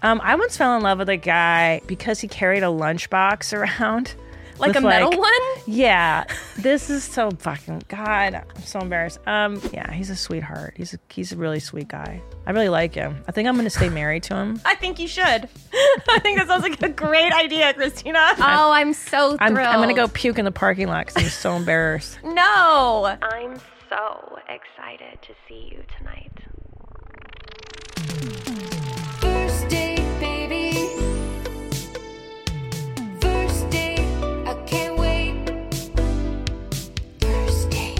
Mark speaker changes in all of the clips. Speaker 1: Um, I once fell in love with a guy because he carried a lunchbox around.
Speaker 2: Like
Speaker 1: with,
Speaker 2: a metal one?
Speaker 1: Yeah. This is so fucking God. I'm so embarrassed. Um, yeah, he's a sweetheart. He's a, he's a really sweet guy. I really like him. I think I'm gonna stay married to him.
Speaker 2: I think you should. I think that sounds like a great idea, Christina. Oh, I'm so
Speaker 1: I'm,
Speaker 2: thrilled.
Speaker 1: I'm gonna go puke in the parking lot because I'm so embarrassed.
Speaker 2: No.
Speaker 3: I'm so excited to see you tonight.
Speaker 4: First date, baby. First date, I can't wait. First date.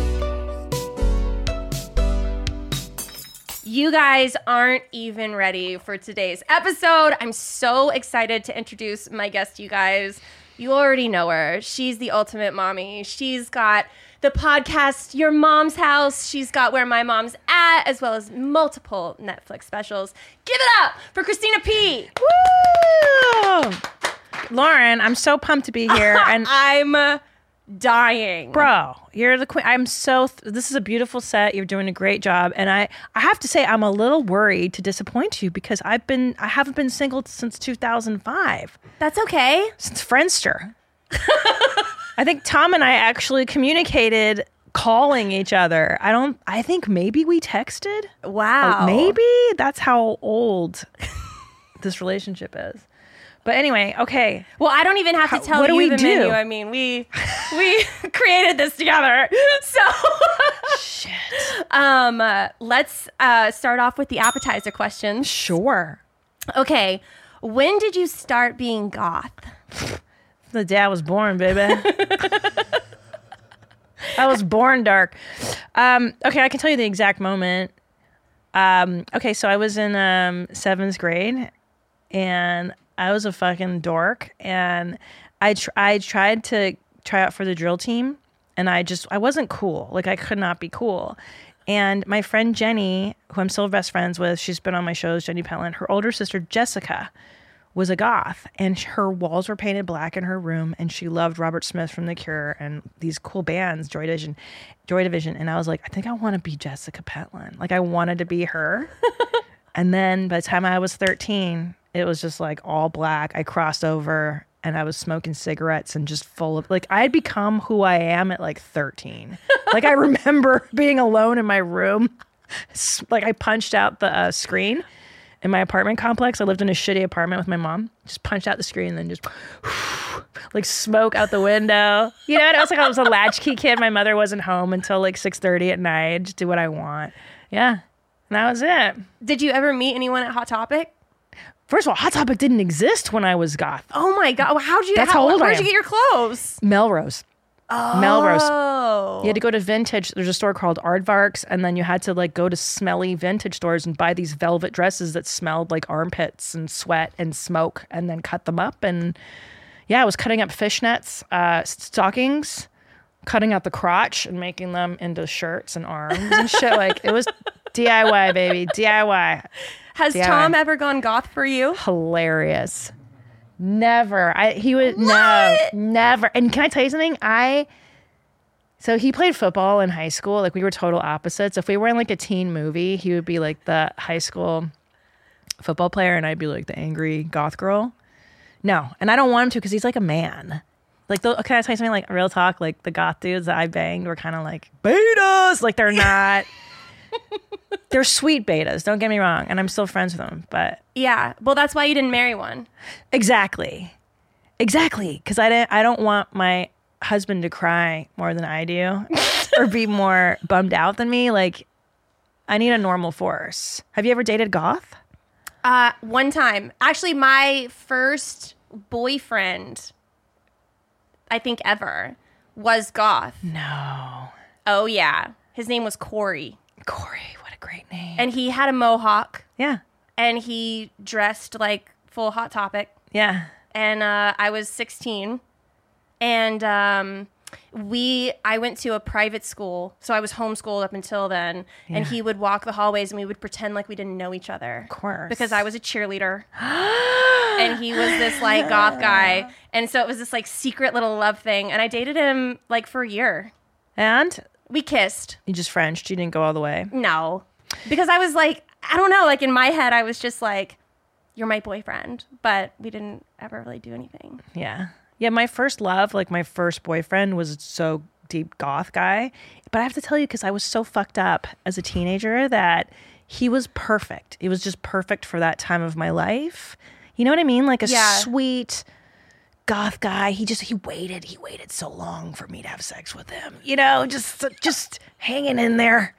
Speaker 2: You guys aren't even ready for today's episode. I'm so excited to introduce my guest to you guys. You already know her. She's the ultimate mommy. She's got the podcast Your Mom's House. She's got Where My Mom's At, as well as multiple Netflix specials. Give it up for Christina P.
Speaker 1: Woo! Lauren, I'm so pumped to be here. And
Speaker 2: I'm uh, dying.
Speaker 1: bro you're the queen i'm so th- this is a beautiful set you're doing a great job and i i have to say i'm a little worried to disappoint you because i've been i haven't been single since 2005
Speaker 2: That's okay.
Speaker 1: since friendster i think tom and i actually communicated calling each other i don't i think maybe we texted
Speaker 2: Wow.
Speaker 1: Oh, maybe that's how old this relationship is but anyway okay
Speaker 2: Well, I don't even have to tell
Speaker 1: what do
Speaker 2: you
Speaker 1: we
Speaker 2: the
Speaker 1: do?
Speaker 2: menu. I mean, we we created this together. So
Speaker 1: shit
Speaker 2: um, uh, let's uh, start off with the appetizer questions.
Speaker 1: sure
Speaker 2: Okay, when did you start being goth?
Speaker 1: the day I was born, baby. I was born dark. Um, okay, I can tell you the exact moment. Um, okay, so I was in um, seventh grade, and I was a fucking dork, and I tr- I tried to try out for the drill team, and I just I wasn't cool. Like I could not be cool. And my friend Jenny, who I'm still best friends with, she's been on my shows, Jenny Pellin. Her older sister Jessica was a goth and sh- her walls were painted black in her room and she loved Robert Smith from The Cure and these cool bands Joy Division Joy Division and I was like I think I want to be Jessica Pentland like I wanted to be her and then by the time I was 13 it was just like all black I crossed over and I was smoking cigarettes and just full of like I had become who I am at like 13 like I remember being alone in my room s- like I punched out the uh, screen in my apartment complex. I lived in a shitty apartment with my mom. Just punched out the screen and then just like smoke out the window. You know, and I was like I was a latchkey kid. My mother wasn't home until like six thirty at night. I'd Just do what I want. Yeah, and that was it.
Speaker 2: Did you ever meet anyone at Hot Topic?
Speaker 1: First of all, Hot Topic didn't exist when I was goth.
Speaker 2: Oh my god! How'd you?
Speaker 1: That's how old I
Speaker 2: Where'd
Speaker 1: am.
Speaker 2: you get your clothes?
Speaker 1: Melrose. Melrose.
Speaker 2: Oh,
Speaker 1: You had to go to vintage. There's a store called Aardvark's, and then you had to like go to smelly vintage stores and buy these velvet dresses that smelled like armpits and sweat and smoke, and then cut them up. And yeah, I was cutting up fishnets, uh, stockings, cutting out the crotch and making them into shirts and arms and shit. Like it was DIY, baby, DIY.
Speaker 2: has
Speaker 1: yeah.
Speaker 2: Tom ever gone goth for you?
Speaker 1: Hilarious. Never. I he would no never. And can I tell you something? I so he played football in high school. Like we were total opposites. If we were in like a teen movie, he would be like the high school football player, and I'd be like the angry goth girl. No, and I don't want him to because he's like a man. Like, the, can I tell you something? Like real talk. Like the goth dudes that I banged were kind of like betas. Like they're not. they're sweet betas. Don't get me wrong. And I'm still friends with them, but
Speaker 2: Yeah. Well, that's why you didn't marry one.
Speaker 1: Exactly. Exactly. Because I, didn't- I don't want my husband to cry more than I do or be more bummed out than me. Like, I need a normal force. Have you ever dated goth?
Speaker 2: Uh, one time, actually, my first boyfriend, I think ever, was goth.
Speaker 1: No.
Speaker 2: Oh yeah, his name was Corey,
Speaker 1: Corey, what a great name.
Speaker 2: and he had a mohawk,
Speaker 1: Yeah.
Speaker 2: and he dressed like full Hot Topic,
Speaker 1: Yeah.
Speaker 2: and uh, I was 16, and um, we I went to a private school, so I was homeschooled up until then, and he would walk the hallways, and we would pretend like we didn't know each other.
Speaker 1: Of course.
Speaker 2: because I was a cheerleader. and he was this like goth guy. And so it was this like secret little love thing. And I dated him like for a year.
Speaker 1: And
Speaker 2: We kissed.
Speaker 1: you just Frenched. You didn't go all the way.
Speaker 2: No. Because I was like, I don't know, like in my head, I was just like, you're my boyfriend, but we didn't ever really do anything.
Speaker 1: Yeah. Yeah, my first love, like my first boyfriend was so deep goth guy. But I have to tell you cuz I was so fucked up as a teenager that he was perfect. It was just perfect for that time of my life. You know what I mean? Like a
Speaker 2: Yeah.
Speaker 1: sweet goth guy. He just he waited. He waited so long for me to have sex with him. You know, just just hanging in there.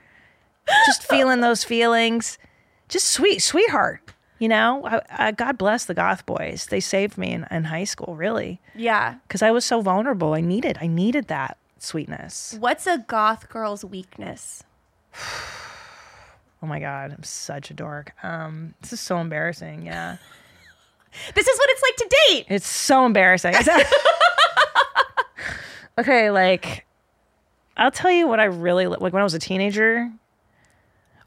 Speaker 1: Just feeling those feelings. Just sweet sweetheart. You know, I, I, God bless the goth boys. They saved me in, in high school, really
Speaker 2: Yeah.
Speaker 1: because I was so vulnerable. I needed, I needed that sweetness.
Speaker 2: What's a goth girl's weakness?
Speaker 1: Oh my god, I'm such a dork. Um, this is so embarrassing. Yeah,
Speaker 2: This is what it's like to date.
Speaker 1: it's so embarrassing. okay, like I'll tell you what I really li- like when I was a teenager.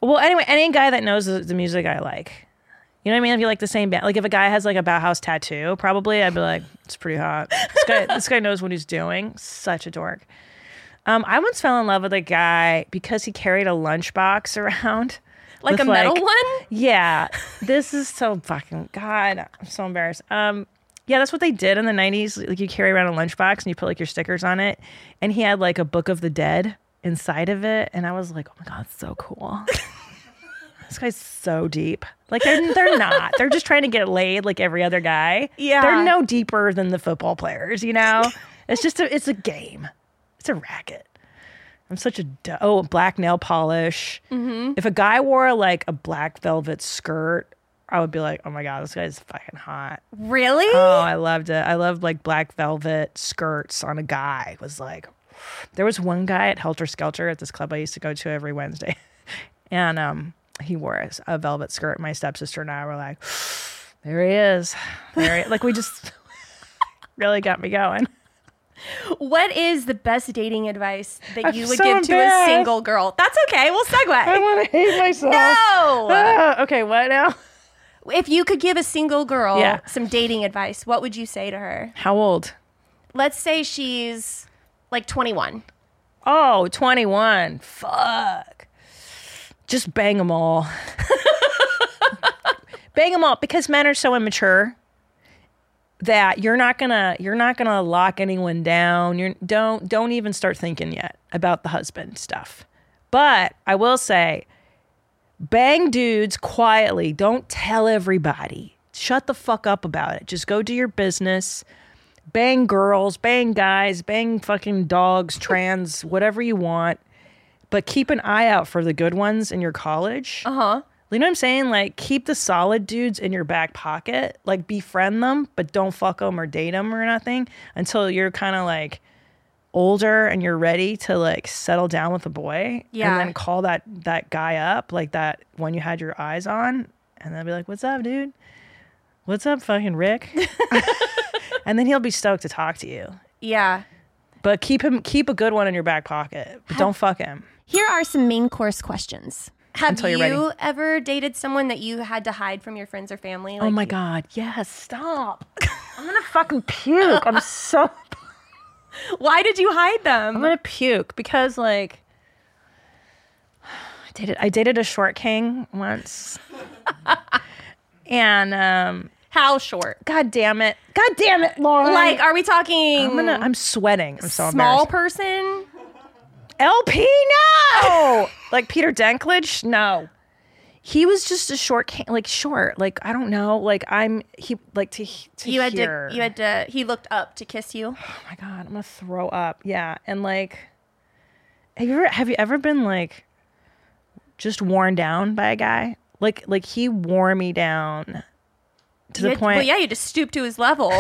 Speaker 1: Well, anyway, any guy that knows the, the music I like. You know what I mean? If you like the same band, like if a guy has like a Bauhaus tattoo, probably I'd be like, it's pretty hot. This guy, this guy knows what he's doing. Such a dork. Um, I once fell in love with a guy because he carried a lunchbox around,
Speaker 2: Like a
Speaker 1: with,
Speaker 2: metal one?
Speaker 1: Yeah, this is so fucking god. I'm so embarrassed. Um, yeah, that's what they did in the '90s. Like you carry around a lunchbox and you put like your stickers on it, and he had like a Book of the Dead inside of it, and I was like, oh my god, it's so cool. this guy's so deep. Like they're they're not. They're just trying to get laid like every other guy.
Speaker 2: Yeah.
Speaker 1: they're no deeper than the football players. You know, it's just a, it's a game. It's a racket. I'm such a du- oh black nail polish. If a guy wore like a black velvet skirt, I would be like, oh my god, this guy's fucking hot.
Speaker 2: Really?
Speaker 1: Oh, I loved it. I loved like black velvet skirts on a guy. It was like, there was one guy at Helter Skelter at this club I used to go to every Wednesday, and um, he wore a, s- a velvet skirt. My stepsister and I were like, there he is. There he, like we just really got me going.
Speaker 2: What is the best dating advice that
Speaker 1: I'm
Speaker 2: you would
Speaker 1: so
Speaker 2: give to a
Speaker 1: embarrassed.
Speaker 2: single girl? That's okay. We'll
Speaker 1: I
Speaker 2: segue.
Speaker 1: want to hate myself.
Speaker 2: No.
Speaker 1: Ah, okay, what now?
Speaker 2: If you could give a single girl
Speaker 1: Yeah.
Speaker 2: some dating advice, what would you say to her?
Speaker 1: How old?
Speaker 2: Let's say she's like 21.
Speaker 1: Oh, 21. Fuck. Just bang them all. bang them all because men are so immature that you're not going to you're not going to lock anyone down. You are don't don't even start thinking yet about the husband stuff. But I will say bang dudes quietly. Don't tell everybody. Shut the fuck up about it. Just go do your business bang girls, bang guys, bang fucking dogs, trans, whatever you want. But keep an eye out for the good ones in your college. Uh huh. You know what I'm saying? Like, keep the solid dudes in your back pocket. Like, befriend them, but don't fuck them or date them or nothing until you're kind of like older and you're ready to like settle down with a boy.
Speaker 2: Yeah.
Speaker 1: And then call that that guy up, like that one you had your eyes on, and then be like, "What's up, dude? What's up, fucking Rick?" and then he'll be stoked to talk to you.
Speaker 2: Yeah.
Speaker 1: But keep him, keep a good one in your back pocket. But don't fuck him.
Speaker 2: Here are some main course questions. Have
Speaker 1: Until
Speaker 2: you
Speaker 1: you're ready.
Speaker 2: ever dated someone that you had to hide from your friends or family?
Speaker 1: oh
Speaker 2: Like-
Speaker 1: my god, yes, stop! I'm gonna fucking puke. I'm so
Speaker 2: Why did you hide
Speaker 1: I'm
Speaker 2: them?
Speaker 1: gonna puke because like I dated I dated a short king once, and um,
Speaker 2: How short?
Speaker 1: god damn it, god damn it, Lauren.
Speaker 2: Like, are we talking
Speaker 1: I'm gonna I'm sweating. I'm so
Speaker 2: small
Speaker 1: embarrassed.
Speaker 2: person?
Speaker 1: LP, no. like Peter Denklage, no. He was just a short, ca- like short, like I don't know, like I'm he like to he- to
Speaker 2: You had
Speaker 1: hear.
Speaker 2: to. You had to. He looked up to kiss you.
Speaker 1: oh my god, I'm gonna throw up. Yeah, and like, have you ever have you ever been like just worn down by a guy? Like like he wore me down to
Speaker 2: You
Speaker 1: the
Speaker 2: had-
Speaker 1: point.
Speaker 2: Well, yeah, you just stooped to his level.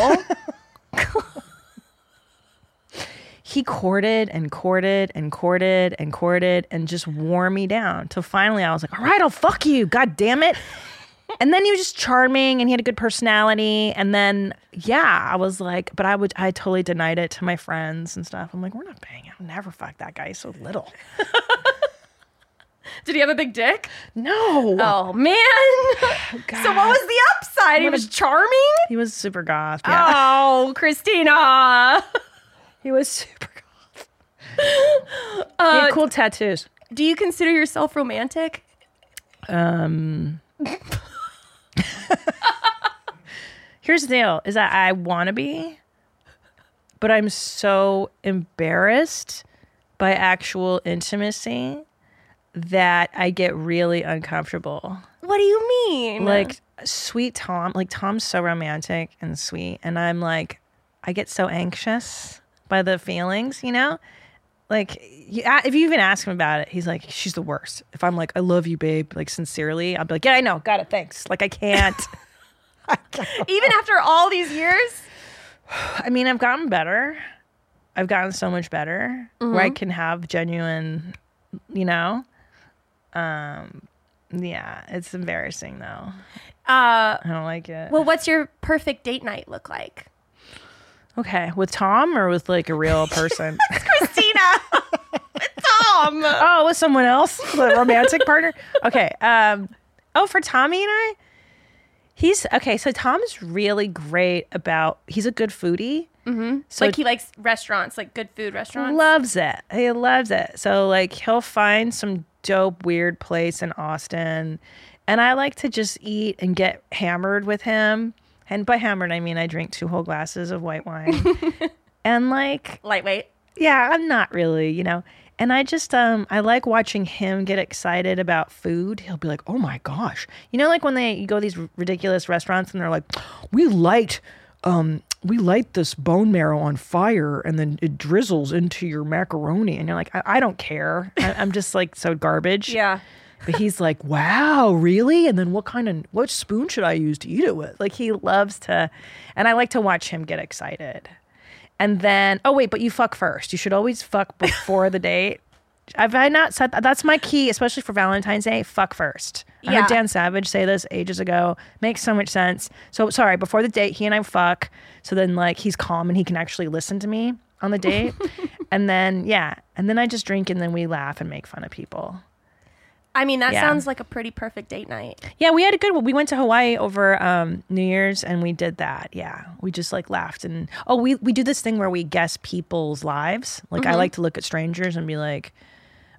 Speaker 1: he courted and courted and courted and courted and just wore me down till finally I was like, all right, I'll fuck you. God damn it. and then he was just charming and he had a good personality. And then, yeah, I was like, but I would, I totally denied it to my friends and stuff. I'm like, we're not banging. I'll never fuck that guy. He's so little.
Speaker 2: Did he have a big dick?
Speaker 1: No.
Speaker 2: Oh man. so what was the upside? he
Speaker 1: What a-
Speaker 2: was charming.
Speaker 1: He was super goth. Yeah.
Speaker 2: Oh, Christina.
Speaker 1: He was super goth.
Speaker 2: Uh,
Speaker 1: he had cool tattoos.
Speaker 2: Do you consider yourself romantic?
Speaker 1: Um, Here's the deal: is that I want to be, but I'm so embarrassed by actual intimacy that I get really uncomfortable.
Speaker 2: What do you mean?
Speaker 1: Like sweet Tom, like Tom's so romantic and sweet, and I'm like, I get so anxious by the feelings, you know. Like you, a- if you even ask him about it, he's like, "She's the worst." If I'm like, "I love you, babe," like sincerely, I'll be like, "Yeah, I know, got it, thanks." Like I can't.
Speaker 2: even after all these years?
Speaker 1: I mean, I've gotten better. I've gotten so much better where I can have genuine, you know. Um, yeah, it's embarrassing though.
Speaker 2: Uh,
Speaker 1: I don't like it.
Speaker 2: well, what's your perfect date night look like?
Speaker 1: okay, with Tom or with like a real person?
Speaker 2: Christina with Tom.
Speaker 1: oh, with someone else, the romantic partner. Okay. Um, oh, for Tommy and I, he's okay. So Tom's really great about. He's a good foodie. Mm-hmm. So
Speaker 2: like he likes restaurants, like good food restaurants.
Speaker 1: loves it. He loves it. So like he'll find some dope weird place in Austin, and I like to just eat and get hammered with him. And by hammered, I mean I drink two whole glasses of white wine. and like
Speaker 2: Lightweight.
Speaker 1: yeah, I'm not really, you know. And I just um I like watching him get excited about food. He'll be like, "Oh my gosh." You know like when they you go to these r- ridiculous restaurants and they're like, "We light um we light this bone marrow on fire and then it drizzles into your macaroni." And you're like, "I, I don't care. I, I'm just like so garbage."
Speaker 2: Yeah.
Speaker 1: But he's like, "Wow, really?" And then what kind of what spoon should I use to eat it with? Like he loves to and I like to watch him get excited. And then, oh wait, but you fuck first. You should always fuck before the date. Have I not said that? That's my key, especially for Valentine's Day. Fuck first. I
Speaker 2: Yeah.
Speaker 1: heard Dan Savage say this ages ago. Makes so much sense. So sorry, before the date, he and I fuck. So then, like, he's calm and he can actually listen to me on the date. and then, yeah, and then I just drink and then we laugh and make fun of people.
Speaker 2: I mean, that
Speaker 1: Yeah.
Speaker 2: sounds like a pretty perfect date night.
Speaker 1: Yeah, we had a good one. We went to Hawaii over um, New Year's and we did that. Yeah. We just like laughed and oh, we we do this thing where we guess people's lives. Like
Speaker 2: Mm-hmm.
Speaker 1: I like to look at strangers and be like,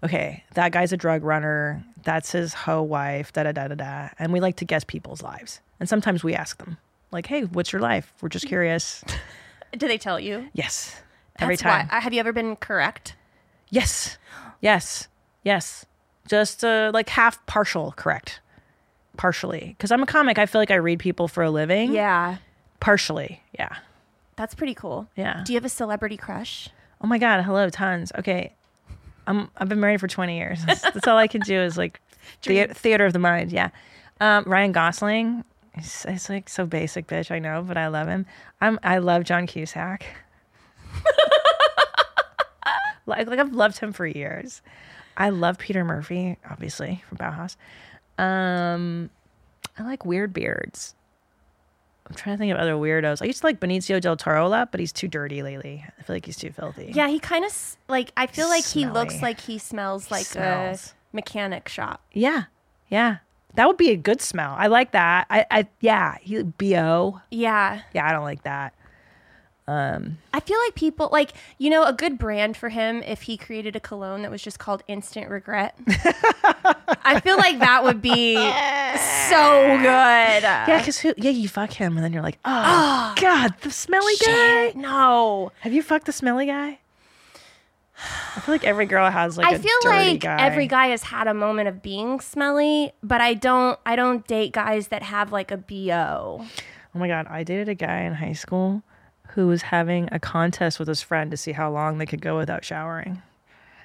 Speaker 1: okay, that guy's a drug runner, that's his hoe wife, da da da da da. And we like to guess people's lives. And sometimes we ask them, like, hey, what's your life? We're just curious.
Speaker 2: Do they tell you?
Speaker 1: yes. Every
Speaker 2: That's
Speaker 1: time.
Speaker 2: why- uh, have you ever been correct?
Speaker 1: Yes. Yes. Yes. Just uh, like half partial correct. Partially. Because I'm a comic. I feel like I read people for a living.
Speaker 2: Yeah.
Speaker 1: Partially. Yeah.
Speaker 2: That's pretty cool.
Speaker 1: Yeah.
Speaker 2: Do you have a celebrity crush?
Speaker 1: Oh my God. Hello. Tons. Okay. I'm, I've been married for 20 years. That's, that's all I can do is like the, theater of the mind. Yeah. Um, Ryan Gosling. It's, it's like so basic, bitch. I know, but I love him. I'm, I love John Cusack. like, like I've loved him for years. I love Peter Murphy, obviously from Bauhaus. Um, I like weird beards. I'm trying to think of other weirdos. I used to like Benicio del Toro a lot, but he's too dirty lately. I feel like he's too filthy.
Speaker 2: Yeah, he kind of like I feel like he looks
Speaker 1: Smelly.
Speaker 2: like he smells like
Speaker 1: smells.
Speaker 2: a mechanic shop.
Speaker 1: yeah, yeah. That would be a good smell. I like that. I, I yeah. He bo.
Speaker 2: Yeah.
Speaker 1: Yeah, I don't like that.
Speaker 2: I feel like people like you know a good brand for him if he created a cologne that was just called Instant Regret. I feel like that would be so good.
Speaker 1: Yeah, because who? Yeah, you fuck him, and then you're like, oh, god, the smelly guy.
Speaker 2: Shit, Eh, no.
Speaker 1: Have you fucked the smelly guy? I feel like every girl has like.
Speaker 2: I
Speaker 1: a
Speaker 2: feel
Speaker 1: dirty
Speaker 2: like
Speaker 1: guy.
Speaker 2: every guy has had a moment of being smelly, but I don't I don't date guys that have like a BO.
Speaker 1: Oh my god, I dated a guy in high school who was having a contest with his friend to see how long they could go without showering.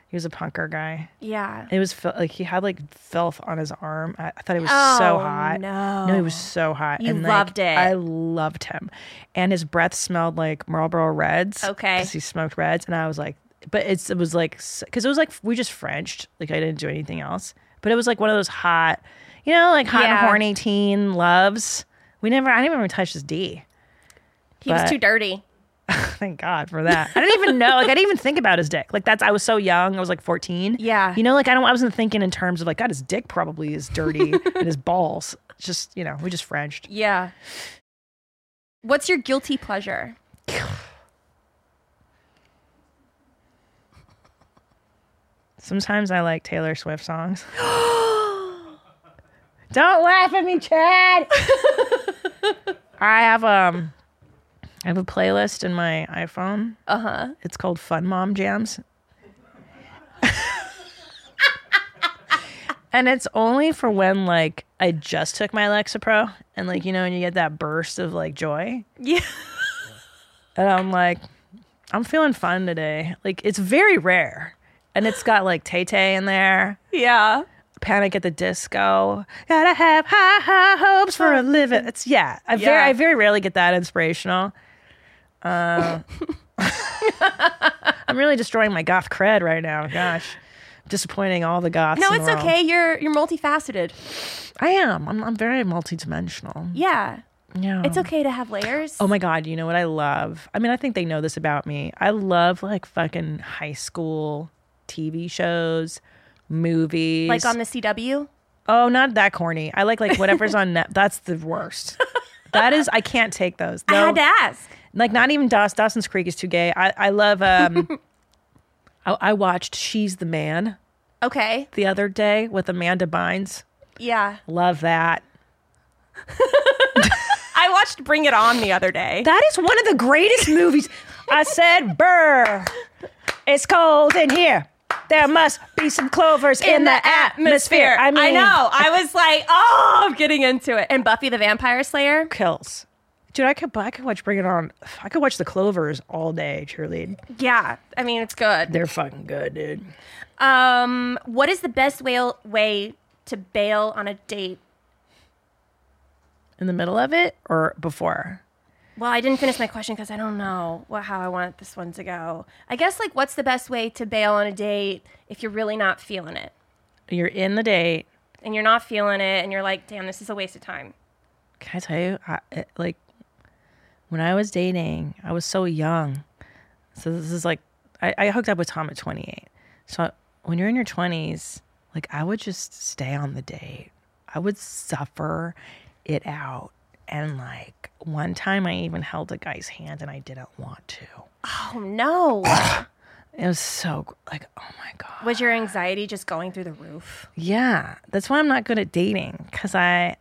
Speaker 1: He was a punker guy.
Speaker 2: Yeah.
Speaker 1: It was fil- like he had like filth on his arm. I, I thought he was
Speaker 2: Oh,
Speaker 1: so hot. no, he was
Speaker 2: no.
Speaker 1: so hot.
Speaker 2: You
Speaker 1: and, like,
Speaker 2: loved it.
Speaker 1: I loved him, and his breath smelled like Marlboro Reds.
Speaker 2: Okay.
Speaker 1: because he smoked Reds, and I was like, but it's it was like because it was like we just Frenched. Like I didn't do anything else, but it was like one of those hot, you know, like hot
Speaker 2: Yeah.
Speaker 1: and horny teen loves. We never. I didn't even touch his D.
Speaker 2: He was
Speaker 1: but-
Speaker 2: too dirty.
Speaker 1: Thank God for that. I didn't even know. Like I didn't even think about his dick. Like that's I was so young. I was like 14.
Speaker 2: Yeah.
Speaker 1: You know, like I don't I wasn't thinking in terms of like God, his dick probably is dirty and his balls. Just you know, we just Frenched.
Speaker 2: Yeah. What's your guilty pleasure?
Speaker 1: Sometimes I like Taylor Swift songs. don't laugh at me, Chad. I have um, I have a playlist in my iPhone.
Speaker 2: Uh huh.
Speaker 1: It's called Fun Mom Jams. and it's only for when like I just took my Lexapro and like you know when you get that burst of like joy
Speaker 2: Yeah.
Speaker 1: and I'm like I'm feeling fun today. Like it's very rare. And it's got like Tay Tay in there,
Speaker 2: Yeah.
Speaker 1: Panic at the Disco, gotta have high high hopes for a living. It's yeah. I very
Speaker 2: Yeah.
Speaker 1: I very rarely get that inspirational. Uh, I'm really destroying my goth cred right now. Gosh, disappointing all the goths.
Speaker 2: No,
Speaker 1: in the
Speaker 2: it's
Speaker 1: world.
Speaker 2: okay. You're you're multifaceted.
Speaker 1: I am. I'm, I'm very multidimensional.
Speaker 2: Yeah.
Speaker 1: Yeah.
Speaker 2: It's okay to have layers.
Speaker 1: Um, Oh my god, you know what I love? I mean, I think they know this about me. I love like fucking high school TV shows, movies.
Speaker 2: like on the CW.
Speaker 1: Oh, not that corny. I like like whatever's on net. That's the worst. That is I can't take those.
Speaker 2: I
Speaker 1: No,
Speaker 2: had to ask.
Speaker 1: like not even Dos Dawson's Creek is too gay. I I love um I, I watched She's the Man
Speaker 2: Okay.
Speaker 1: the other day with Amanda Bynes.
Speaker 2: Yeah.
Speaker 1: Love that.
Speaker 2: I watched Bring It On the other day.
Speaker 1: That is one of the greatest movies. I said, Brr, it's cold in here. There must be some clovers in, the, atmosphere. I mean,
Speaker 2: know. I was like, oh, I'm getting into it. And Buffy the Vampire Slayer.
Speaker 1: Kills. Dude, I could, I could watch Bring It On. I could watch the clovers all day, cheerlead.
Speaker 2: Yeah. I mean, it's good.
Speaker 1: They're fucking good, dude.
Speaker 2: Um, what is the best way, way to bail on a date?
Speaker 1: In the middle of it or before?
Speaker 2: Well, I didn't finish my question because I don't know what, how I want this one to go. I guess like, what's the best way to bail on a date if you're really not feeling it,
Speaker 1: You're in the date.
Speaker 2: and you're not feeling it, and you're like, damn, this is a waste of time.
Speaker 1: Can I tell you, I, it, like, when I was dating, I was so young. So this is like, I, I hooked up with Tom at 28. So when you're in your 20s, like, I would just stay on the date. I would suffer it out. And like, one time I even held a guy's hand and I didn't want to.
Speaker 2: Oh no!
Speaker 1: It was so, gr- like, oh my God.
Speaker 2: Was your anxiety just going through the roof?
Speaker 1: Yeah, that's why I'm not good at dating because I,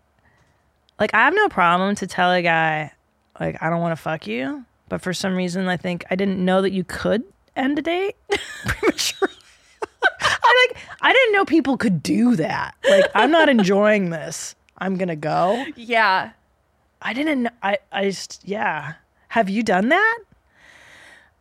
Speaker 1: like, I have no problem to tell a guy, like, I don't want to fuck you. But for some reason, I think I didn't know that you could end a date prematurely. I like, I didn't know people could do that. Like, I'm not enjoying this. I'm gonna go.
Speaker 2: Yeah.
Speaker 1: I didn't. kn- I. I just. Yeah. Have you done that?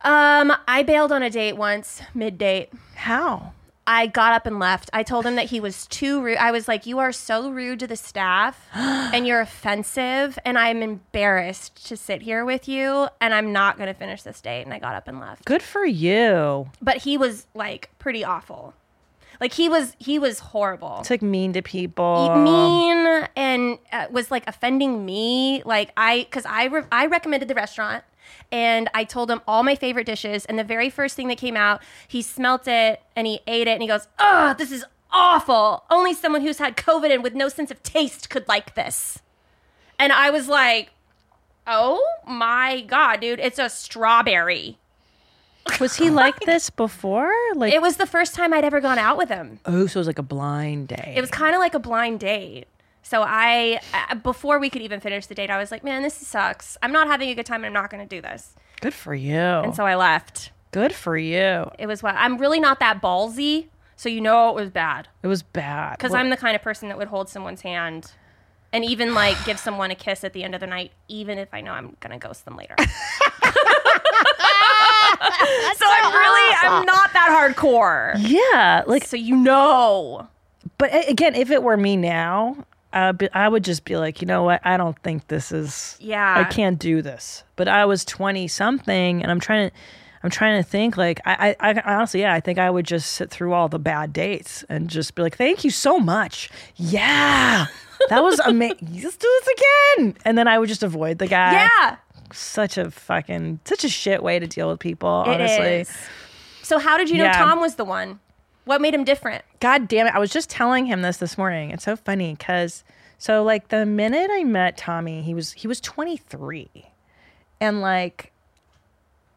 Speaker 2: Um, I bailed on a date once mid date.
Speaker 1: How?
Speaker 2: I got up and left. I told him that he was too rude. I was like, "You are so rude to the staff, and you're offensive, and I'm embarrassed to sit here with you, and I'm not going to finish this date." And I got up and left.
Speaker 1: Good for you.
Speaker 2: But he was like pretty awful. Like he was he was horrible.
Speaker 1: It's like mean to
Speaker 2: He
Speaker 1: people.
Speaker 2: mean and uh, was like offending me. Like I, because I re- I recommended the restaurant, and I told him all my favorite dishes. And the very first thing that came out, he smelt it and he ate it, and he goes, "Oh, this is awful. Only someone who's had COVID and with no sense of taste could like this." And I was like, "Oh my god, dude, it's a strawberry."
Speaker 1: Was he like this before? Like,
Speaker 2: It was the first time I'd ever gone out with him.
Speaker 1: oh, so it was like a blind date.
Speaker 2: it was kind of like a blind date. So I, uh, before we could even finish the date, I was like, man, this sucks. I'm not having a good time. and I'm not going to do this.
Speaker 1: Good for you.
Speaker 2: And so I left.
Speaker 1: Good for you.
Speaker 2: It was what I'm really not that ballsy. So you know it was bad
Speaker 1: It was bad.
Speaker 2: because
Speaker 1: Well,
Speaker 2: I'm the kind of person that would hold someone's hand and even like give someone a kiss at the end of the night, even if I know I'm going to ghost them later. so I'm really, I'm not that hardcore.
Speaker 1: Yeah, like,
Speaker 2: So you know.
Speaker 1: but a- again, if it were me now, uh, be, I would just be like, you know what? I don't think this is.
Speaker 2: Yeah.
Speaker 1: I can't do this. But I was twenty something, and I'm trying to, I'm trying to think. Like, I, I, I honestly, yeah, I think I would just sit through all the bad dates and just be like, thank you so much. Yeah, that was amazing. Let's do this again. And then I would just avoid the guy.
Speaker 2: Yeah.
Speaker 1: such a fucking, such a shit way to deal with people.
Speaker 2: It
Speaker 1: honestly.
Speaker 2: is. So how did you know
Speaker 1: Yeah.
Speaker 2: Tom was the one? What made him different?
Speaker 1: God damn it. I was just telling him this this morning. It's so funny because so like the minute I met Tommy, he was he was 23. And like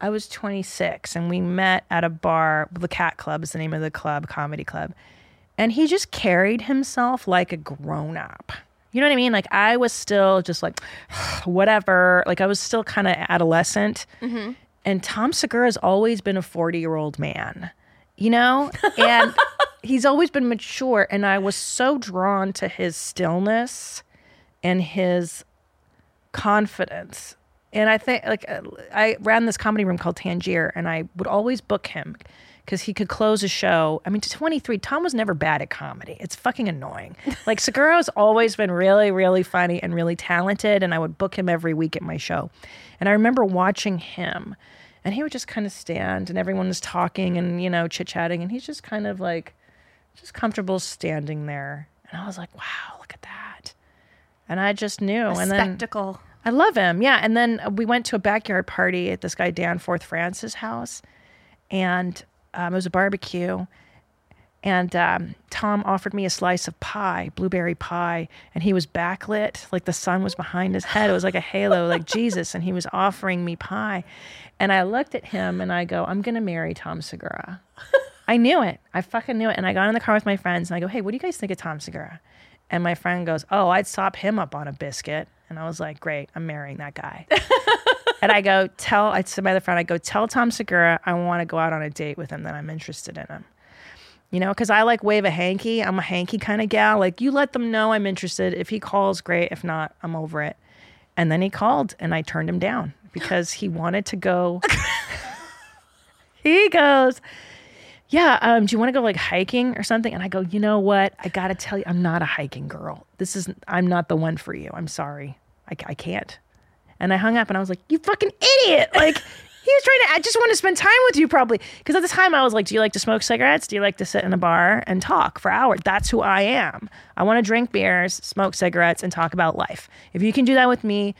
Speaker 1: I was 26 and we met at a bar, the Cat Club is the name of the club, comedy club. And he just carried himself like a grown up. You know what I mean? Like I was still just like whatever. Like I was still kind of adolescent. And Tom Segura has always been a 40-year-old man. You know? And he's always been mature and I was so drawn to his stillness and his confidence. And I think like uh, I ran this comedy room called Tangier and I would always book him because he could close a show. I mean, to 23, Tom was never bad at comedy. It's fucking annoying. Like Segura's always been really, really funny and really talented. And I would book him every week at my show. And I remember watching him and he would just kind of stand and everyone was talking and, you know, chit chatting. And he's just kind of like, just comfortable standing there. And I was like, wow, look at that. And I just knew. and then
Speaker 2: Spectacle.
Speaker 1: I love him. Yeah. And then uh, we went to a backyard party at this guy Danforth Francis' house, and um, it was a barbecue. And um, Tom offered me a slice of pie, blueberry pie, and he was backlit, like the sun was behind his head. It was like a halo, like Jesus, and he was offering me pie. And I looked at him and I go, I'm going to marry Tom Segura. I knew it. I fucking knew it. And I got in the car with my friends and I go, hey, what do you guys think of Tom Segura? And my friend goes, oh, I'd sop him up on a biscuit. And I was like, great, I'm marrying that guy. and I go, tell, I said to my other friend, I go, tell Tom Segura I want to go out on a date with him that I'm interested in him. You know, because I like wave a hanky. I'm a hanky kind of gal. Like, you let them know I'm interested. If he calls, great. If not, I'm over it. And then he called and I turned him down because he wanted to go. he goes, yeah, um, do you want to go like hiking or something? And I go, you know what? I got to tell you, I'm not a hiking girl. This is, I'm not the one for you. I'm sorry. I, I can't. And I hung up and I was like, you fucking idiot. Like, he was trying to, I just want to spend time with you probably. Because at the time I was like, do you like to smoke cigarettes? Do you like to sit in a bar and talk for hours? That's who I am. I want to drink beers, smoke cigarettes, and talk about life. If you can do that with me,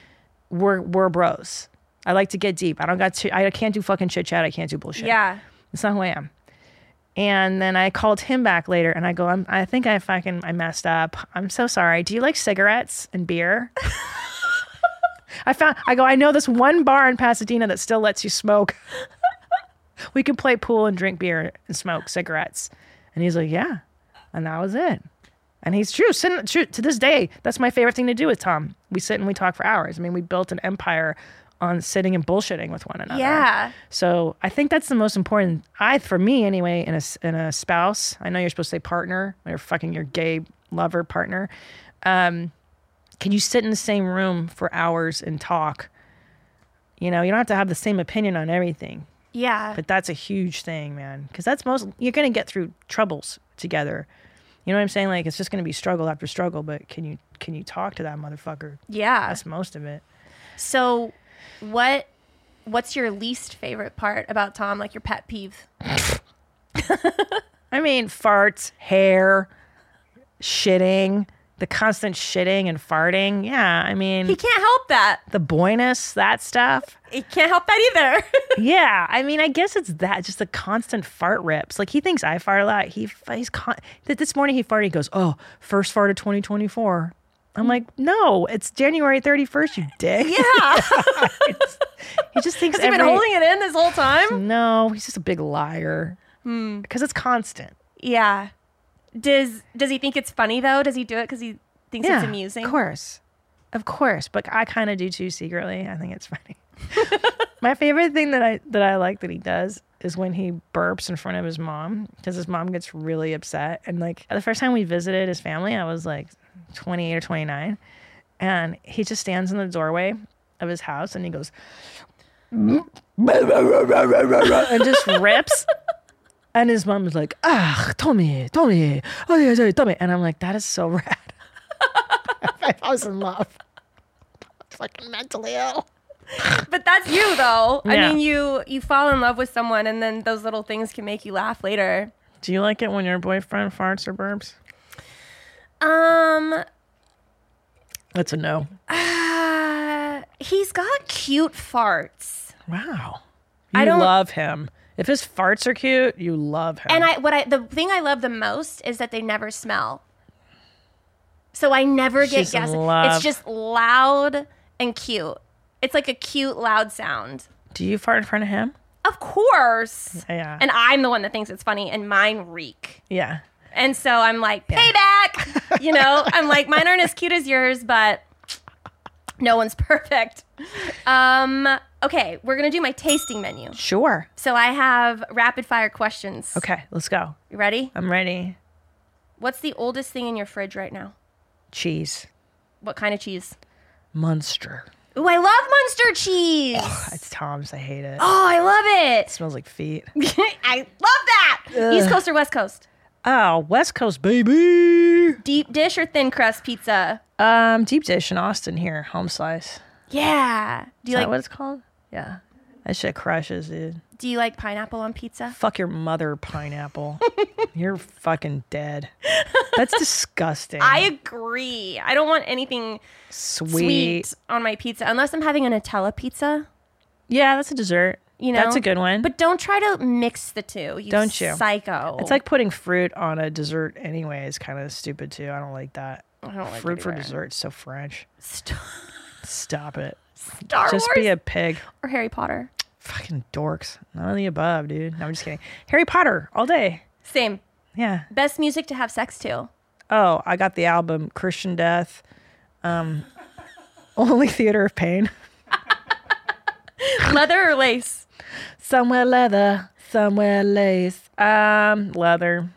Speaker 1: we're, we're bros. I like to get deep. I don't got to, I can't do fucking chit chat. I can't do bullshit.
Speaker 2: Yeah.
Speaker 1: That's not who I am. And then I called him back later and I go, I'm, I think I fucking, I messed up. I'm so sorry. Do you like cigarettes and beer? I found, I go, I know this one bar in Pasadena that still lets you smoke. we can play pool and drink beer and smoke cigarettes. And he's like, yeah. And that was it. And he's true, sitting, true. To this day, that's my favorite thing to do with Tom. We sit and we talk for hours. I mean, we built an empire on sitting and bullshitting with one another.
Speaker 2: Yeah.
Speaker 1: So I think that's the most important. I for me anyway, in a s- in a spouse. I know you're supposed to say partner or fucking your gay lover partner. Um, can you sit in the same room for hours and talk? You know, you don't have to have the same opinion on everything,
Speaker 2: Yeah.
Speaker 1: but that's a huge thing, man. Because that's most you're gonna get through troubles together. You know what I'm saying? Like it's just gonna be struggle after struggle. But can you can you talk to that motherfucker?
Speaker 2: yeah.
Speaker 1: That's most of it.
Speaker 2: So what what's your least favorite part about Tom, like your pet peeve?
Speaker 1: I mean, farts, hair, shitting, the constant shitting and farting. Yeah, I
Speaker 2: He
Speaker 1: mean,
Speaker 2: can't help that.
Speaker 1: the boyness, that stuff.
Speaker 2: He can't help that either.
Speaker 1: Yeah, I mean, I guess it's that, just the constant fart rips. Like, he thinks I fart a lot. He, f- he's con- th- This morning he farted, he goes, Oh, first fart of 2024. I'm like, No, it's January 31st, you dick.
Speaker 2: yeah.
Speaker 1: He just thinks
Speaker 2: Has he been
Speaker 1: every-
Speaker 2: holding it in this whole time?
Speaker 1: No, he's just a big liar
Speaker 2: Hmm.
Speaker 1: because it's constant.
Speaker 2: Yeah. Does does he think it's funny though? Does he do it because he thinks it's amusing?
Speaker 1: Of course. Of course. But I kind of do too secretly. I think it's funny. My favorite thing that I that I like that he does is when he burps in front of his mom because his mom gets really upset. And like the first time we visited his family, I was like 28 or 29, and he just stands in the doorway of his house and he goes and just rips. And his mom is like, ah, Tommy, Tommy, oh yeah, yeah, Tommy. And I'm like, that is so rad. I was in love. Fucking mentally ill.
Speaker 2: But that's you though. I
Speaker 1: Yeah.
Speaker 2: mean you you fall in love with someone and then those little things can make you laugh later.
Speaker 1: Do you like it when your boyfriend farts or burps?
Speaker 2: Um
Speaker 1: That's a no.
Speaker 2: uh, he's got cute farts.
Speaker 1: Wow. You
Speaker 2: I don't-
Speaker 1: love him. If his farts are cute, you love him.
Speaker 2: And I what I the thing I love the most is that they never smell. So I never get
Speaker 1: She's in
Speaker 2: gas.
Speaker 1: love.
Speaker 2: It's just loud and cute. It's like a cute loud sound.
Speaker 1: Do you fart in front of him?
Speaker 2: Of course.
Speaker 1: Yeah.
Speaker 2: And I'm the one that thinks it's funny and mine reek.
Speaker 1: yeah.
Speaker 2: And so I'm like, payback. You know, I'm like, mine aren't as cute as yours, but no one's perfect. Um, okay, we're gonna do my tasting menu.
Speaker 1: Sure.
Speaker 2: So I have rapid fire questions.
Speaker 1: Okay, let's go.
Speaker 2: You ready?
Speaker 1: I'm ready.
Speaker 2: What's the oldest thing in your fridge right now?
Speaker 1: Cheese.
Speaker 2: What kind of cheese?
Speaker 1: Munster.
Speaker 2: Ooh, I love Munster cheese.
Speaker 1: It's Tom's. I hate it.
Speaker 2: Oh, I love
Speaker 1: It smells like feet.
Speaker 2: it. I love that. East Coast or West Coast?
Speaker 1: Oh, West Coast baby.
Speaker 2: Deep dish or thin crust pizza?
Speaker 1: Um, deep dish in Austin here, home slice. Is
Speaker 2: Yeah. Do you
Speaker 1: that
Speaker 2: like
Speaker 1: what it's called? Yeah. That shit crushes, dude.
Speaker 2: do you like pineapple on pizza?
Speaker 1: Fuck your mother, pineapple. You're fucking dead. That's disgusting.
Speaker 2: I agree. I don't want anything
Speaker 1: sweet.
Speaker 2: sweet on my pizza unless I'm having a Nutella pizza.
Speaker 1: Yeah, that's a dessert.
Speaker 2: You know,
Speaker 1: that's a good one.
Speaker 2: But don't try to mix the two. You
Speaker 1: Don't you?
Speaker 2: Psycho.
Speaker 1: it's like putting fruit on a dessert, anyway. Is kind of stupid too. I don't like that.
Speaker 2: I don't like
Speaker 1: fruit
Speaker 2: it
Speaker 1: for
Speaker 2: either.
Speaker 1: dessert, so French.
Speaker 2: St-
Speaker 1: Stop it.
Speaker 2: Star
Speaker 1: Just
Speaker 2: Wars
Speaker 1: be a pig.
Speaker 2: or Harry Potter.
Speaker 1: Fucking dorks. None of the above, dude. No, I'm just kidding. Harry Potter all day.
Speaker 2: Same.
Speaker 1: Yeah.
Speaker 2: Best music to have sex to.
Speaker 1: Oh, I got the album Christian Death. Um, only Theater of Pain.
Speaker 2: Leather or lace?
Speaker 1: Somewhere leather, somewhere lace. Um, leather.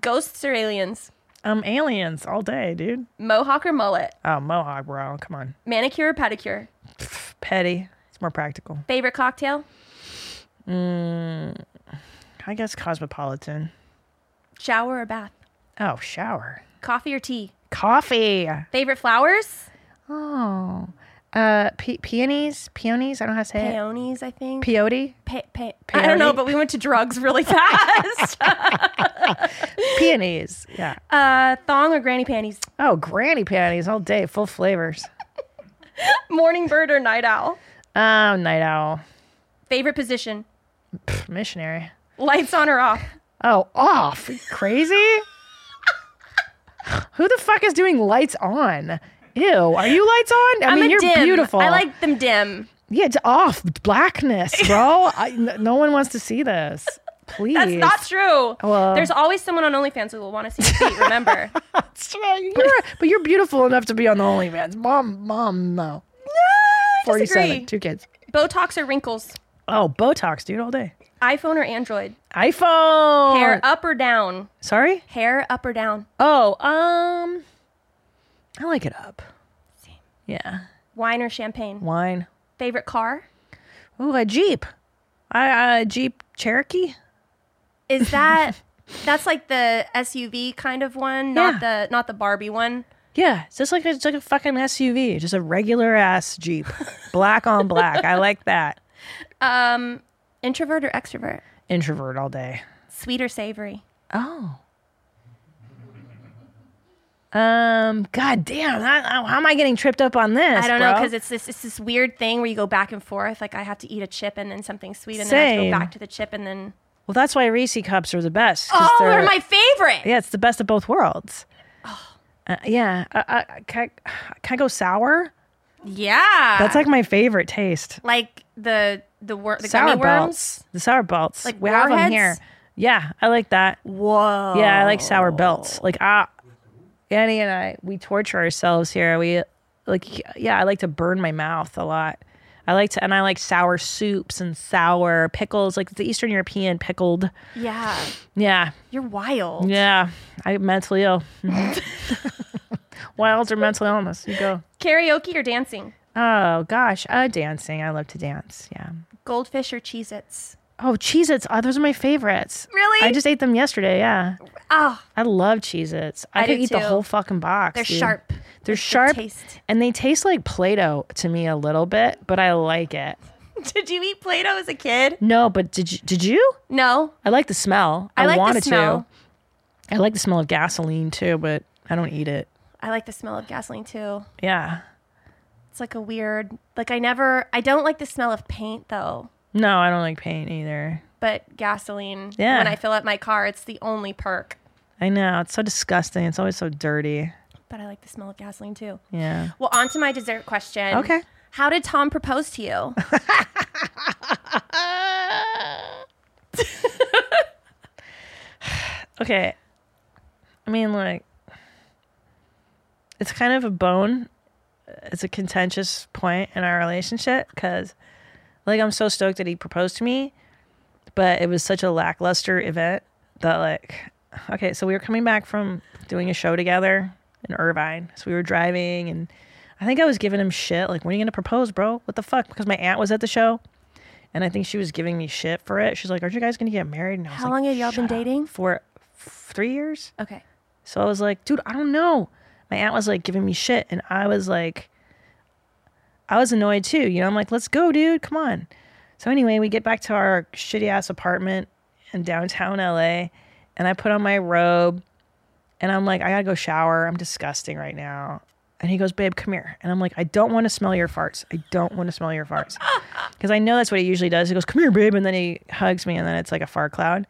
Speaker 2: Ghosts or aliens?
Speaker 1: Um, aliens all day, dude.
Speaker 2: Mohawk or mullet?
Speaker 1: Oh, mohawk, bro. Come on.
Speaker 2: Manicure or pedicure?
Speaker 1: Pff, petty. It's more practical.
Speaker 2: Favorite cocktail?
Speaker 1: I guess cosmopolitan.
Speaker 2: Shower or bath?
Speaker 1: Oh, shower.
Speaker 2: Coffee or tea?
Speaker 1: Coffee.
Speaker 2: Favorite flowers?
Speaker 1: Oh. Uh, pe- peonies? Peonies? I don't know how to say it.
Speaker 2: Peonies, I think.
Speaker 1: Peyote?
Speaker 2: Pe- pe- I don't know,
Speaker 1: Peyote?
Speaker 2: but we went to drugs really fast.
Speaker 1: Peonies. Yeah.
Speaker 2: uh, thong or granny panties?
Speaker 1: Oh, granny panties all day, full flavors.
Speaker 2: Morning bird or night owl?
Speaker 1: Oh, night owl.
Speaker 2: Favorite position?
Speaker 1: Pff, missionary.
Speaker 2: Lights on or off?
Speaker 1: Oh, off. You Crazy? Who the fuck is doing lights on? Ew. Are you lights on? I
Speaker 2: I'm
Speaker 1: mean,
Speaker 2: a
Speaker 1: you're
Speaker 2: dim.
Speaker 1: beautiful.
Speaker 2: I like them dim.
Speaker 1: Yeah, it's off. Blackness, bro. I n no one wants to see this. Please.
Speaker 2: That's not true.
Speaker 1: Well-
Speaker 2: There's always someone on OnlyFans who will want to see your feet. Remember?
Speaker 1: That's right. You're- but you're beautiful enough to be on the OnlyFans. Mom, mom, no.
Speaker 2: I
Speaker 1: 47,
Speaker 2: disagree.
Speaker 1: two kids.
Speaker 2: Botox or wrinkles?
Speaker 1: Oh, Botox, dude, all day.
Speaker 2: iPhone or Android?
Speaker 1: iPhone.
Speaker 2: Hair up or down?
Speaker 1: Sorry?
Speaker 2: Hair up or down?
Speaker 1: Oh, um, I like it up. Yeah.
Speaker 2: Wine or champagne?
Speaker 1: Wine.
Speaker 2: Favorite car?
Speaker 1: Ooh, a Jeep. I uh, Jeep Cherokee.
Speaker 2: Is that that's like the SUV kind of one, not the not the Barbie one?
Speaker 1: Yeah, it's just like a, it's like a fucking SUV, just a regular ass Jeep, black on black. I like that.
Speaker 2: Um, introvert or extrovert?
Speaker 1: Introvert all day.
Speaker 2: Sweet or savory?
Speaker 1: Oh. Um. God damn. I, I- how am I getting tripped up on this?
Speaker 2: I don't know
Speaker 1: bro?
Speaker 2: because it's this it's this weird thing where you go back and forth. Like I have to eat a chip and then something sweet, and then I have to
Speaker 1: Same.
Speaker 2: go back to the chip and then
Speaker 1: well, that's why Reese cups are the best. 'cause
Speaker 2: oh, they're my Oh. favorite.
Speaker 1: Yeah, it's the best of both worlds. Uh, yeah. I, I, I- can, I, can I go sour?
Speaker 2: Yeah,
Speaker 1: That's like my favorite taste.
Speaker 2: like the the wor- the
Speaker 1: sour
Speaker 2: gummy worms.
Speaker 1: belts. The sour belts.
Speaker 2: Like
Speaker 1: we have them
Speaker 2: warheads?
Speaker 1: here. Yeah, I like that.
Speaker 2: Whoa.
Speaker 1: Yeah, I like sour belts. Like ah, Annie and I, we torture ourselves here. We like yeah, I like to burn my mouth a lot. I like to and I like sour soups and sour pickles, like the Eastern European pickled.
Speaker 2: Yeah,
Speaker 1: Yeah,
Speaker 2: you're wild.
Speaker 1: yeah. I mentally ill. Wilds or mental illness. You go.
Speaker 2: Karaoke or dancing?
Speaker 1: Oh gosh, uh, dancing. I love to dance. Yeah.
Speaker 2: Goldfish or Cheez Its?
Speaker 1: Oh, Cheez-Its. Oh, those are my favorites.
Speaker 2: Really?
Speaker 1: I just ate them yesterday. Yeah.
Speaker 2: Oh,
Speaker 1: I love Cheez Its. I,
Speaker 2: I
Speaker 1: could
Speaker 2: do
Speaker 1: eat the
Speaker 2: too.
Speaker 1: whole fucking box.
Speaker 2: they're
Speaker 1: dude.
Speaker 2: sharp.
Speaker 1: They're
Speaker 2: It's the
Speaker 1: sharp.
Speaker 2: taste.
Speaker 1: And they taste like Play Doh to me a little bit, but I like it.
Speaker 2: Did you eat Play Doh as a kid?
Speaker 1: No, but did you? Did you?
Speaker 2: No.
Speaker 1: I like the smell.
Speaker 2: I,
Speaker 1: I,
Speaker 2: like
Speaker 1: wanted
Speaker 2: the smell.
Speaker 1: to. I like the smell of gasoline too, but I don't eat it.
Speaker 2: I like the smell of gasoline too.
Speaker 1: Yeah.
Speaker 2: It's like a weird, like I never, I don't like the smell of paint though,
Speaker 1: No, I don't like paint either.
Speaker 2: but gasoline.
Speaker 1: Yeah.
Speaker 2: When I fill up my car, it's the only perk.
Speaker 1: I know. It's so disgusting. It's always so dirty.
Speaker 2: But I like the smell of gasoline too.
Speaker 1: Yeah.
Speaker 2: Well, on to my dessert question.
Speaker 1: Okay.
Speaker 2: How did Tom propose to you?
Speaker 1: Okay. I mean, like, it's kind of a bone. It's a contentious point in our relationship because, like, I'm so stoked that he proposed to me, but it was such a lackluster event that, like, okay, so we were coming back from doing a show together in Irvine. So we were driving, and I think I was giving him shit. Like, when are you going to propose, bro? What the fuck? Because my aunt was at the show. And I think she was giving me shit for it. She's like, "Aren't you guys gonna get married?" And I was
Speaker 2: How
Speaker 1: like,
Speaker 2: long had y'all been
Speaker 1: "Shut up."
Speaker 2: dating?
Speaker 1: For f- three years.
Speaker 2: Okay.
Speaker 1: So I was like, dude, I don't know. My aunt was like giving me shit. And I was like, I was annoyed too. You know, I'm like, let's go, dude. Come on. So anyway, we get back to our shitty ass apartment in downtown LA. And I put on my robe and I'm like, I gotta go shower. I'm disgusting right now. And he goes, Babe, come here. And I'm like, I don't wanna smell your farts. I don't wanna smell your farts. Because I know that's what he usually does. He goes, Come here, babe. And then he hugs me and then it's like a fart cloud.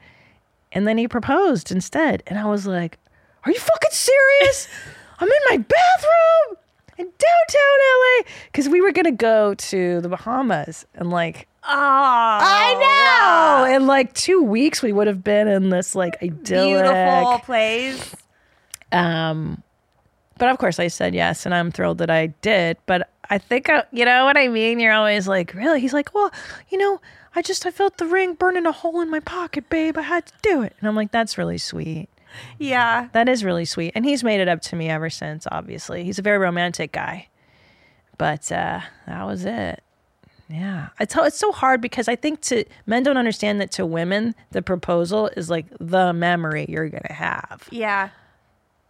Speaker 1: And then he proposed instead. And I was like, Are you fucking serious? I'm in my bathroom in downtown LA. Because we were going to go to the Bahamas. And like,
Speaker 2: Oh, I
Speaker 1: oh, in like two weeks, we would have been in this like idyllic.
Speaker 2: Beautiful place.
Speaker 1: Um, but of course, I said yes, and I'm thrilled that I did. But I think, I, you know what I mean? You're always like, really? He's like, well, you know, I just, I felt the ring burning a hole in my pocket, babe. I had to do it. And I'm like, that's really sweet.
Speaker 2: Yeah.
Speaker 1: That is really sweet. And he's made it up to me ever since, obviously. He's a very romantic guy. But uh, that was it. Yeah. It's, it's so hard because I think to men don't understand that to women, the proposal is like the memory you're going to have
Speaker 2: Yeah.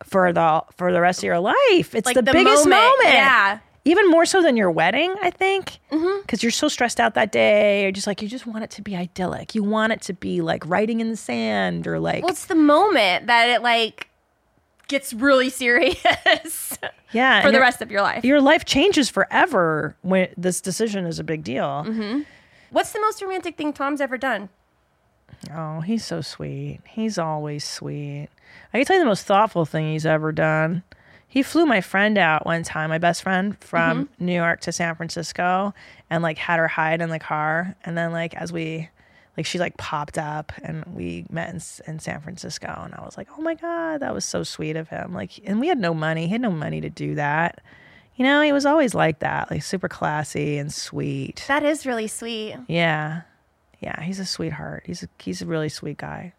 Speaker 1: for the for the rest of your life. It's
Speaker 2: Like
Speaker 1: the,
Speaker 2: the
Speaker 1: biggest
Speaker 2: moment,
Speaker 1: moment.
Speaker 2: yeah. Mm-hmm.
Speaker 1: Even more so than your wedding, I think, because you're so stressed out that day. Or just like you just want it to be idyllic. You want it to be like writing in the sand, or like
Speaker 2: Well, it's the moment that it like gets really serious
Speaker 1: yeah. and
Speaker 2: for the
Speaker 1: your-
Speaker 2: rest of your life.
Speaker 1: your life changes forever when this decision is a big deal.
Speaker 2: What's the most romantic thing Tom's ever done?
Speaker 1: Oh, he's so sweet. He's always sweet. I can tell you the most thoughtful thing he's ever done. He flew my friend out one time, my best friend from New York to San Francisco, and like had her hide in the car. And then like as we, like she like popped up and we met in, S- in San Francisco, and I was like, oh my god, that was so sweet of him. Like, and we had no money. He had no money to do that. You know, he was always like that, like super classy and sweet.
Speaker 2: That is really sweet.
Speaker 1: Yeah. Yeah, he's a sweetheart. He's a, he's a really sweet guy.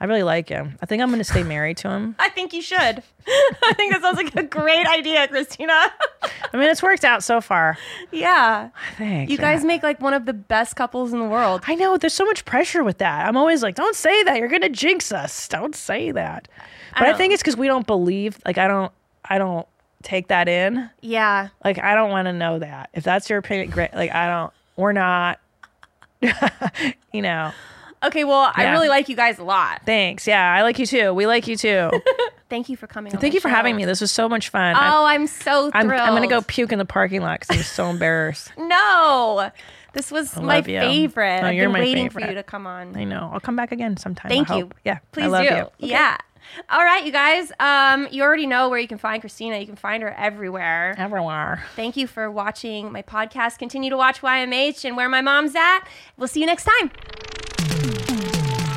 Speaker 1: I really like him. I think I'm going to stay married to him.
Speaker 2: I think you should. I think that sounds like a great idea, Christina.
Speaker 1: I mean, it's worked out so far.
Speaker 2: yeah.
Speaker 1: I think.
Speaker 2: You guys
Speaker 1: yeah.
Speaker 2: make like one of the best couples in the world.
Speaker 1: I know there's so much pressure with that. I'm always like, don't say that. You're going to jinx us. Don't say that. But I,
Speaker 2: don't-
Speaker 1: think it's cuz we don't believe like I don't I don't take that in.
Speaker 2: Yeah.
Speaker 1: Like I don't want to know that. If that's your opinion, great. Like I don't we're not you know.
Speaker 2: Okay, well, I
Speaker 1: Yeah.
Speaker 2: really like you guys a lot.
Speaker 1: Thanks. Yeah, I like you too. We like you too.
Speaker 2: Thank you for coming. on
Speaker 1: Thank
Speaker 2: my
Speaker 1: you for having
Speaker 2: show.
Speaker 1: me. This was so much fun. I'm-
Speaker 2: Oh, I'm so thrilled.
Speaker 1: I'm, I'm gonna go puke in the parking lot because I'm so embarrassed.
Speaker 2: No, this was my
Speaker 1: love you.
Speaker 2: favorite.
Speaker 1: No,
Speaker 2: I've
Speaker 1: you're
Speaker 2: been
Speaker 1: my
Speaker 2: waiting for
Speaker 1: favorite.
Speaker 2: you to come on.
Speaker 1: I know. I'll come back again sometime. I
Speaker 2: Thank you.
Speaker 1: hope. Yeah,
Speaker 2: please
Speaker 1: I love
Speaker 2: do.
Speaker 1: You. Okay.
Speaker 2: Yeah. All right, you guys. Um, you already know where you can find Christina. You can find her everywhere.
Speaker 1: Everywhere.
Speaker 2: Thank you for watching my podcast. Continue to watch YMH and where my mom's at. We'll see you next time.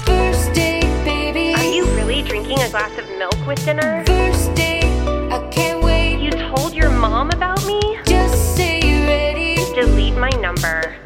Speaker 4: First date, baby.
Speaker 3: Are you really drinking a glass of milk with dinner?
Speaker 4: First date, I can't wait.
Speaker 3: You told your mom about me?
Speaker 4: Just say you're ready.
Speaker 3: Delete my number.